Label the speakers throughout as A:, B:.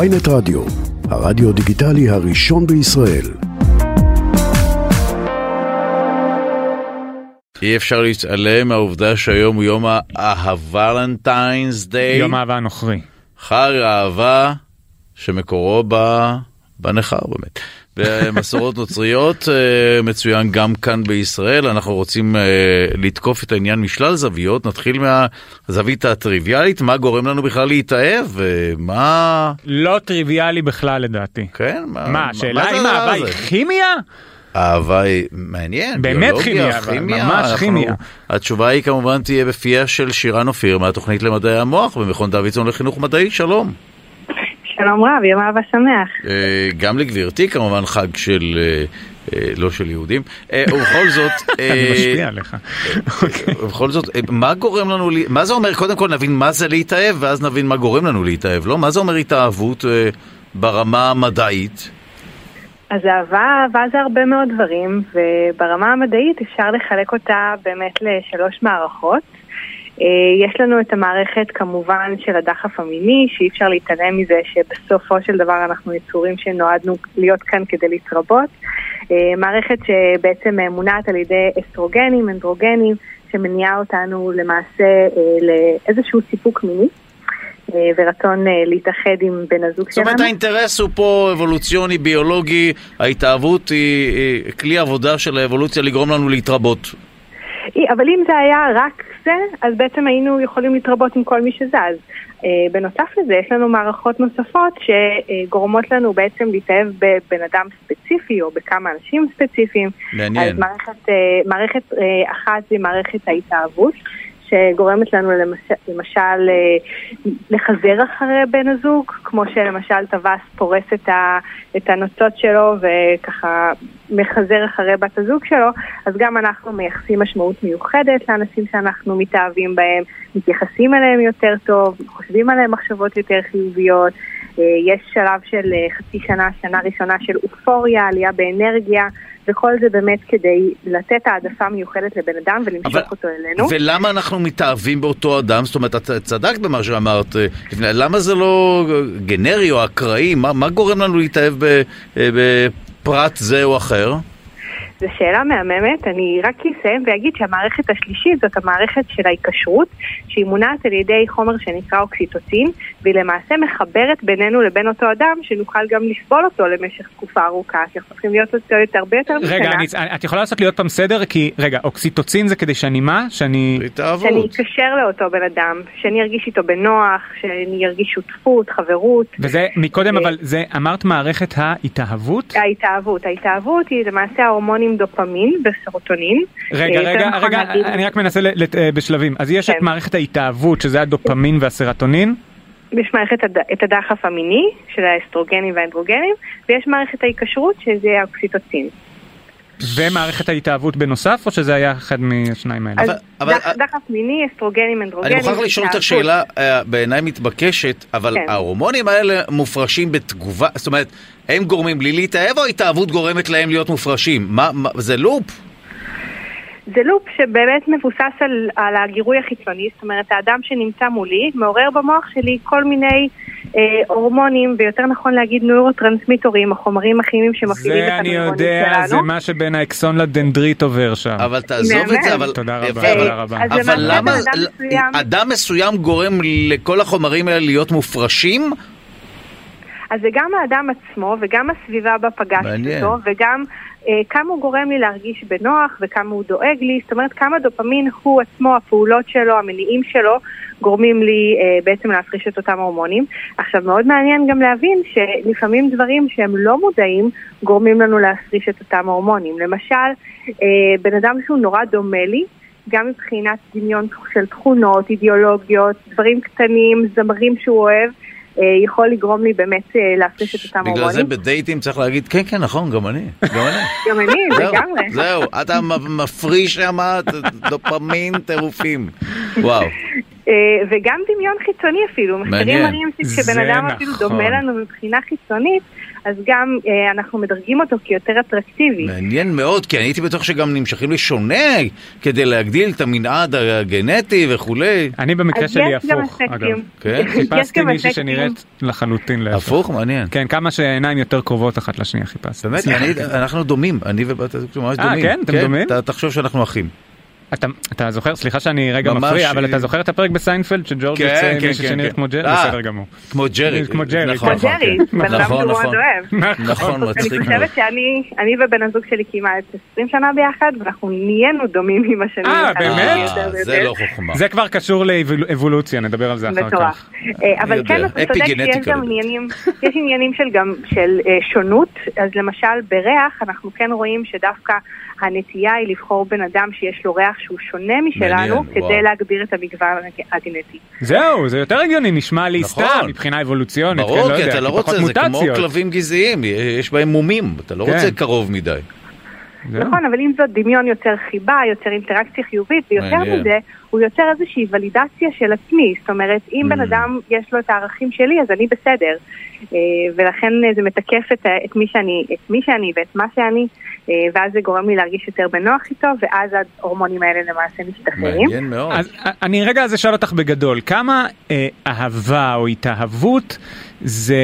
A: ויינט רדיו, הרדיו דיגיטלי הראשון בישראל.
B: אי אפשר להתעלם מהעובדה שהיום הוא יום ה-Valentine's Day,
C: יום אהבה הנוכרי.
B: חג האהבה שמקורו ב... בנכר באמת. במסורות נוצריות אה, מצוין גם כאן בישראל, אנחנו רוצים אה, לתקוף את העניין משלל זוויות, נתחיל מהזווית הטריוויאלית, מה גורם לנו בכלל להתאהב, אה, מה...
C: לא טריוויאלי בכלל לדעתי.
B: כן,
C: מה, השאלה
B: זה
C: אם
B: הדבר
C: האהבה היא
B: הזה?
C: כימיה?
B: אהבה היא מעניין,
C: באמת
B: ביולוגיה,
C: כימיה, אבל ממש
B: אנחנו-
C: כימיה.
B: התשובה היא כמובן תהיה בפיה של שירן אופיר מהתוכנית למדעי המוח במכון דוידסון לחינוך מדעי, שלום.
D: שלום רב, יום אהבה שמח.
B: אה, גם לגברתי כמובן חג של, אה, אה, לא של יהודים, אה, ובכל זאת, אה,
C: אני משפיע עליך. אוקיי.
B: ובכל זאת, אה, מה גורם לנו, לה- מה זה אומר, קודם כל נבין מה זה להתאהב ואז נבין מה גורם לנו להתאהב, לא? מה זה אומר התאהבות אה, ברמה המדעית?
D: אז אהבה, אהבה זה הרבה מאוד דברים, וברמה המדעית אפשר לחלק אותה באמת לשלוש מערכות. אה, יש לנו את המערכת כמובן של הדחף המיני, שאי אפשר להתעלם מזה שבסופו של דבר אנחנו יצורים שנועדנו להיות כאן כדי להתרבות. אה, מערכת שבעצם אה, מונעת על ידי אסטרוגנים, אנדרוגנים, שמניעה אותנו למעשה אה, לאיזשהו סיפוק מיני. אה, ורצון אה, להתאחד עם בן הזוג
B: זאת
D: שלנו.
B: אומרת האינטרס הוא פה אבולוציוני, ביולוגי, ההתאהבות היא היא כלי עבודה של האבולוציה לגרום לנו להתרבות.
D: אי, אבל אם זה היה רק זה, אז בעצם היינו יכולים להתרבות עם כל מי שזז. אה, בנוסף לזה, יש לנו מערכות נוספות שגורמות לנו בעצם להתאהב בבן אדם ספציפי או בכמה אנשים ספציפיים.
B: מעניין.
D: אז מערכת, אה, מערכת אה, אחת זה מערכת ההתאהבות. שגורמת לנו למש... למשל אה, לחזר אחרי בן הזוג, כמו שלמשל טווס פורס את, ה... את הנוצות שלו וככה מחזר אחרי בת הזוג שלו, אז גם אנחנו מייחסים משמעות מיוחדת לאנשים שאנחנו מתאהבים בהם, מתייחסים אליהם יותר טוב, חושבים עליהם מחשבות יותר חיוביות. אה, יש שלב של אה, חצי שנה, שנה ראשונה של אופוריה, עלייה באנרגיה, וכל זה באמת כדי לתת העדפה מיוחדת לבן אדם ולמשוך
B: אבל-
D: אותו אלינו.
B: ולמה אנחנו מתאהבים באותו אדם? זאת אומרת, את צדקת במה שאמרת אה, לפני, למה זה לא גנרי או אקראי? מה, מה גורם לנו להתאהב ב- אה, בפרט זה או אחר?
D: זו שאלה מהממת, אני רק אסיים ואגיד שהמערכת השלישית זאת המערכת של ההיקשרות, שהיא מונעת על ידי חומר שנקרא אוקסיטוצין, והיא למעשה מחברת בינינו לבין אותו אדם, שנוכל גם לסבול אותו למשך תקופה ארוכה, שאנחנו צריכים להיות אותו יותר הרבה יותר
C: רגע,
D: משנה,
C: אני- את יכולה לעשות לי עוד פעם סדר? כי, רגע, אוקסיטוצין זה כדי שאני מה? שאני...
D: שאני
B: התאהבות.
D: אקשר לאותו בן אדם, שאני ארגיש איתו בנוח, שאני ארגיש שותפות, חברות.
C: וזה מקודם,
D: אה,
C: אבל זה אמרת מערכת ההתאהבות?
D: ההתאהבות, ההתאהבות היא למעשה ההורמונים דופמין וסרוטונין.
C: רגע,
D: אה, יותר
C: רגע,
D: נכון
C: רגע,
D: להגיד-
C: אני רק מנסה ל- לת- אה, בשלבים. אז יש את
D: כן.
C: מערכת ההתאהבות, שזה הדופמין והסרטונין,
D: יש מערכת הד... את הדחף המיני של האסטרוגנים והאנדרוגנים, ויש מערכת ההיקשרות שזה האוקסיטוצין.
C: ומערכת ההתאהבות בנוסף, או שזה היה אחד מהשניים האלה?
D: אז
B: אבל- אבל-
D: דח... דחף מיני, אסטרוגנים,
B: אני
D: אנדרוגנים.
B: מוכרח לשאול אותך
D: התאהבות.
B: שאלה אה, בעיניי מתבקשת, אבל
D: כן.
B: ההורמונים האלה מופרשים בתגובה, זאת אומרת, הם גורמים לי להתאהב או התאהבות גורמת להם להיות מופרשים? מה, מה- זה לופ?
D: זה לופ שבאמת מבוסס על, על הגירוי החיצוני, זאת אומרת האדם שנמצא מולי מעורר במוח שלי כל מיני אה, הורמונים, ויותר נכון להגיד נוירוטרנסמיטורים, החומרים הכימיים שמפעילים את
C: זה אני
D: ההורמונים שלנו.
C: יודע, זה מה שבין האקסון לדנדריט עובר שם.
B: אבל תעזוב את
D: באמת.
B: זה, אבל...
C: תודה רבה,
B: יפה,
D: אה,
B: אבל-
C: תודה רבה.
D: אז
B: אבל
D: למעשה
B: למה
D: בן אדם
B: ל-
D: מסוים-
B: אדם מסוים גורם לכל החומרים האלה להיות מופרשים?
D: אז זה גם האדם עצמו וגם הסביבה בה פגשתי
B: מעניין.
D: אותו, וגם אה, כמה הוא גורם לי להרגיש בנוח וכמה הוא דואג לי, זאת אומרת כמה דופמין הוא עצמו, הפעולות שלו, המניעים שלו, גורמים לי אה, בעצם להפריש את אותם הורמונים. עכשיו מאוד מעניין גם להבין שלפעמים דברים שהם לא מודעים גורמים לנו להפריש את אותם הורמונים. למשל, אה, בן אדם שהוא נורא דומה לי, גם מבחינת דמיון של תכונות, אידיאולוגיות, דברים קטנים, זמרים שהוא אוהב, אה, יכול לגרום לי באמת אה, להפריש את אותם
B: בגלל זה
D: הורמונים.
B: בדייטים צריך להגיד, כן, כן, נכון, גם אני. גם אני.
D: גם אני,
B: זהו,
D: לגמרי.
B: זהו, אתה מ- מפריש שם דופמין טירופים. וואו.
D: אה, וגם דמיון חיצוני אפילו. מחקרים
B: מעניין.
D: מראים שכשבן
C: זה
D: אדם אפילו
C: נכון.
D: דומה לנו מבחינה חיצונית, אז גם אה, אנחנו מדרגים אותו כיותר אטרקטיבי.
C: אוקיי.
B: מעניין מאוד, כי אני הייתי בטוח שגם נמשכים לשונה כדי להגדיל את המנעד הגנטי וכולי.
C: אני במקרה
D: אז יש
C: שלי
D: גם
C: הפוך, אגב.
D: אספקטים.
B: כן?
D: יש גם
C: חיפשתי מישהי
D: אספקטים.
C: שנראית לחלוטין להפך.
B: הפוך, מעניין.
C: כן, כמה שהעיניים יותר קרובות אחת לשנייה חיפשתי.
B: באמת,
C: סליחה,
B: אני-
C: כן.
B: אנחנו דומים, אני ובת הזוג שלי ממש
C: אה,
B: דומים.
C: כן? אתם דומים?
B: אתה- תחשוב שאנחנו אחים.
C: אתה- אתה זוכר, סליחה שאני רגע
B: ממש- כן,
C: מפריע, אבל אתה זוכר את הפרק בסיינפלד שג'ורג' יוצא עם מישהי שנראית כמו ג'רי?
B: אה,
C: בסדר גמור.
B: כמו ג'רי.
C: כמו ג'רי,
B: נכון,
C: כמו
B: נכון,
D: ג'רי,
B: כן.
D: בן אדם
B: נכון,
D: שהוא מאוד
B: נכון.
D: אוהב.
B: נכון, מצחיק
D: אני
B: מאוד.
D: חושבת שאני אני ובן הזוג שלי כמעט 20 שנה ביחד, ואנחנו נהיינו דומים עם השנים.
C: אה,
D: אחד
C: באמת?
D: לשני יותר
B: אה, זה
D: ויותר.
B: לא חוכמה.
C: זה כבר קשור לאבולוציה, נדבר על זה אחר
D: מטורף.
C: כך.
D: אה, אבל
B: יודע.
D: כן, אתה צודק שיש
B: אפיגנטיקה
D: גם
B: לדעתי.
D: עניינים, יש עניינים של גם של אה, שונות, אז למשל בריח אנחנו כן רואים שדווקא הנטייה היא לבחור בן אדם שיש לו ריח שהוא שונה משלנו,
B: מעניין, וואו.
D: כדי להגביר את המגוון הג- הגנטי.
C: זהו, זה יותר הגיוני, נשמע לי
B: נכון.
C: סתם מבחינה אבולוציונית, כן,
B: ברור, כי
C: יודע,
B: אתה לא
C: פחות
B: רוצה, זה כמו
C: מוטציות.
B: כלבים גזעיים, אה, יש בהם מומים, אתה לא
C: כן.
B: רוצה קרוב מדי.
C: זהו.
B: כן.
D: נכון, אבל עם זאת דמיון יוצר חיבה, יוצר אינטראקציה חיובית, ויותר
B: מעניין.
D: מזה, הוא יוצר איזושהי ולידציה של עצמי. זאת אומרת, אם בן
B: Mm.
D: אדם יש לו את הערכים שלי, אז אני בסדר. אה, ולכן אה, זה מתקף את, ה- את, מי שאני, את מי שאני ואת מה שאני, אה, ואז זה גורם לי להרגיש יותר בנוח איתו, ואז ההורמונים האלה למעשה משתחררים.
B: מעניין מאוד.
C: אוקיי. אז א- אני רגע אז אשאל אותך בגדול, כמה אה, אהבה או התאהבות זה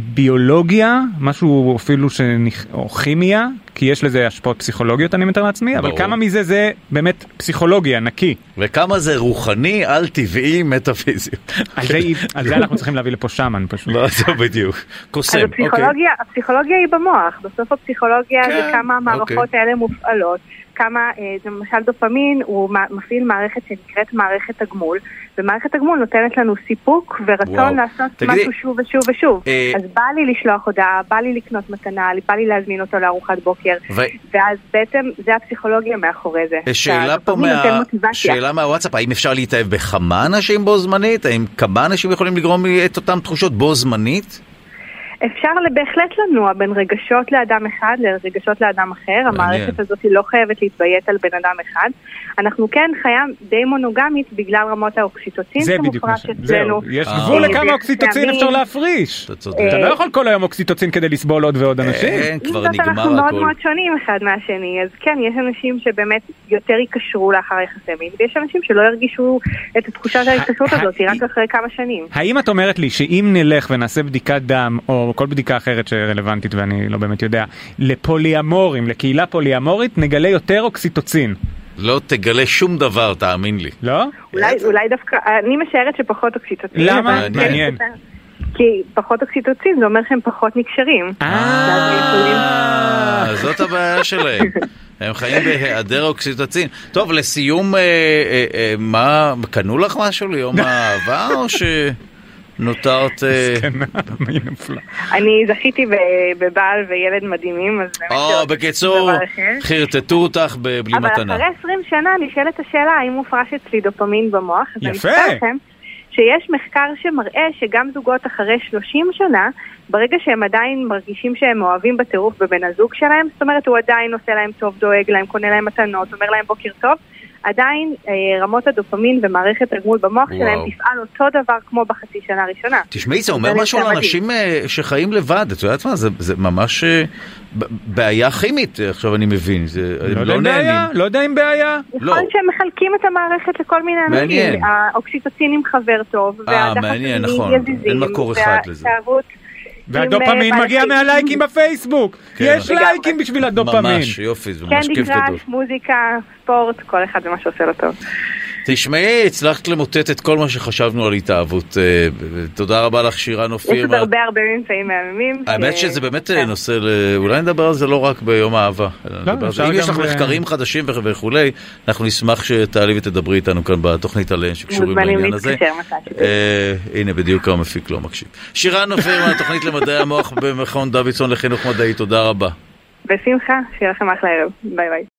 C: ביולוגיה, משהו אפילו שנכ... או כימיה, כי יש לזה השפעות פסיכולוגיות אני מתאר לעצמי, אבל
B: ברור.
C: כמה מזה זה באמת פסיכולוגיה, נקי.
B: וכמה זה רוחני, על-טבעי, מטאפיזי.
C: על זה, אי- על זה אנחנו צריכים להביא לפה שמן פשוט.
B: לא, זה בדיוק. קוסם,
D: אז
B: אוקיי.
D: הפסיכולוגיה, הפסיכולוגיה היא במוח, בסוף הפסיכולוגיה
B: כן,
D: זה כמה המערכות
B: אוקיי.
D: האלה מופעלות, כמה, אה, למשל דופמין הוא מ- מפעיל מערכת שנקראת מערכת הגמול, ומערכת הגמול נותנת לנו סיפוק ורצון
B: וואו.
D: לעשות
B: תגידי,
D: משהו שוב ושוב ושוב.
B: אה,
D: אז בא לי לשלוח הודעה, בא לי לקנות מתנה, בא לי להזמין אותו לארוחת בוקר,
B: ו-
D: ואז בעצם זה הפסיכולוגיה מאחורי זה.
B: אה, שאלה פה
D: שהדופמין
B: מה...
D: נותן מוטיבציה.
B: שאלה מהוואטסאפ, האם אפשר להתאהב בכמה אנשים בו זמנית? האם כמה אנשים יכולים לגרום לי את אותן תחושות בו זמנית?
D: אפשר בהחלט לנוע בין רגשות לאדם אחד לרגשות לאדם אחר. המערכת הזאת היא לא חייבת להתביית על בן אדם אחד. אנחנו כן חיה די מונוגמית בגלל רמות האוקסיטוצין
C: זה בדיוק מה
D: שמופרש
C: ש... זהו,
D: אצלנו.
C: יש
B: אה.
C: גבול
B: אה,
C: לכמה
D: זה
C: אוקסיטוצין
D: פעמים.
C: אפשר להפריש.
B: אתה צודק. אה,
C: אתה לא יכול כל היום אוקסיטוצין כדי לסבול עוד ועוד אנשים.
B: אין,
D: עם
B: כבר
D: אה, זאת אנחנו
B: נגמר
D: מאוד
B: הכל.
D: מאוד שונים אחד מהשני, אז כן, יש אנשים שבאמת יותר ייקשרו לאחר יחסי מין, ויש אנשים שלא ירגישו את התחושה של ההתקשרות
C: ה-
D: הזאת, היא רק
C: ה-
D: אחרי כמה שנים.
C: האם את אומרת לי שאם נלך ונעשה בדיקת דם, או כל בדיקה אחרת שרלוונטית ואני לא באמת יודע, לפוליאמורים, לקהילה פוליאמורית, נגלה יותר אוקסיטוצין,
B: לא תגלה שום דבר, תאמין לי.
C: לא?
D: אולי, אולי דווקא, אני משערת שפחות אוקסיטוצין.
C: למה?
D: אבל- כן.
C: מעניין.
D: כי פחות אוקסיטוצין זה אומר שהם פחות נקשרים.
B: אה, זאת הבעיה שלהם. הם חיים בהיעדר אוקסיטוצין. טוב, לסיום, אה, אה, אה, מה, קנו לך משהו ליום האהבה, או שנותרת... אה,
C: היא נפלה.
D: אני זכיתי ב- בבעל וילד מדהימים, אז באמת... זה
B: או,
D: עוד
B: בקיצור,
D: דבר אחר.
B: חרטטו אותך ב- בלי
D: אבל
B: מתנה.
D: אחרי 20 שנה נשאלת השאלה האם הופרש אצלי דופמין במוח. אז אני
C: יפה.
D: אספר לכם שיש מחקר שמראה שגם זוגות אחרי 30 שנה, ברגע שהם עדיין מרגישים שהם מאוהבים בטירוף בבן הזוג שלהם, זאת אומרת הוא עדיין עושה להם טוב, דואג להם, קונה להם מתנות, אומר להם בוקר טוב, עדיין אה, רמות הדופמין ומערכת הגמול במוח
B: וואו.
D: שלהם תפעל אותו דבר כמו בחצי שנה הראשונה.
B: תשמעי, זה אומר
D: זה
B: משהו
D: מדהים.
B: לאנשים אה, שחיים לבד, את יודעת מה, זה- זה ממש אה, ב- בעיה כימית, אה, עכשיו אני מבין, זה- הם
C: לא יודע
B: לא
C: אם בעיה,
B: נהנים.
C: לא יודע אם בעיה.
B: לא.
D: יכול להיות נכון שהם מחלקים את המערכת לכל מיני
B: מעניין. אה,
D: אנשים. האוקסיטוצין עם חבר טוב, והדחף
B: מעניין,
D: המיני
B: נכון.
D: יזיזים,
B: אין מקור אחד לזה.
D: וההתאהבות עם,
C: והדופמין
D: אה,
C: מגיע
D: בעלי-
C: מהלייקים בפייסבוק.
B: כן.
C: יש
B: לגמרי.
C: לייקים בשביל
B: לא
C: הדופמין.
B: ממש, יופי, זה ממש
D: קנדי
B: כיף גדול.
D: קראש, מוזיקה, ספורט, כל אחד ומה שעושה לו טוב.
B: תשמעי, הצלחת למוטט את כל מה שחשבנו על התאהבות. אה, ב- ב- תודה רבה לך, שירן
D: יש
B: אופיר.
D: עוד הרבה הרבה ממצאים מהממים.
B: האמת
D: ש-
B: שזה באמת
D: כן.
B: אה, נושא, ל- אולי נדבר על זה לא רק ביום האהבה. אלא נדבר על זה.
C: לא, אפשר
B: אם יש
C: גם אה,
B: לך
C: ב-
B: מחקרים חדשים וכ- וכולי, אנחנו נשמח שתעלי ותדברי איתנו כאן בתוכנית עליהן שקשורים
D: מוזמנים
B: לעניין הזה.
D: להתקשר מתי שתרצו.
B: אה, הנה, בדיוק המפיק לא מקשיב. שירן אופיר מהתוכנית למדעי המוח במכון דוידסון לחינוך מדעי, תודה רבה.
D: בשמחה, שיהיה לכם אחלה ערב. ביי ביי.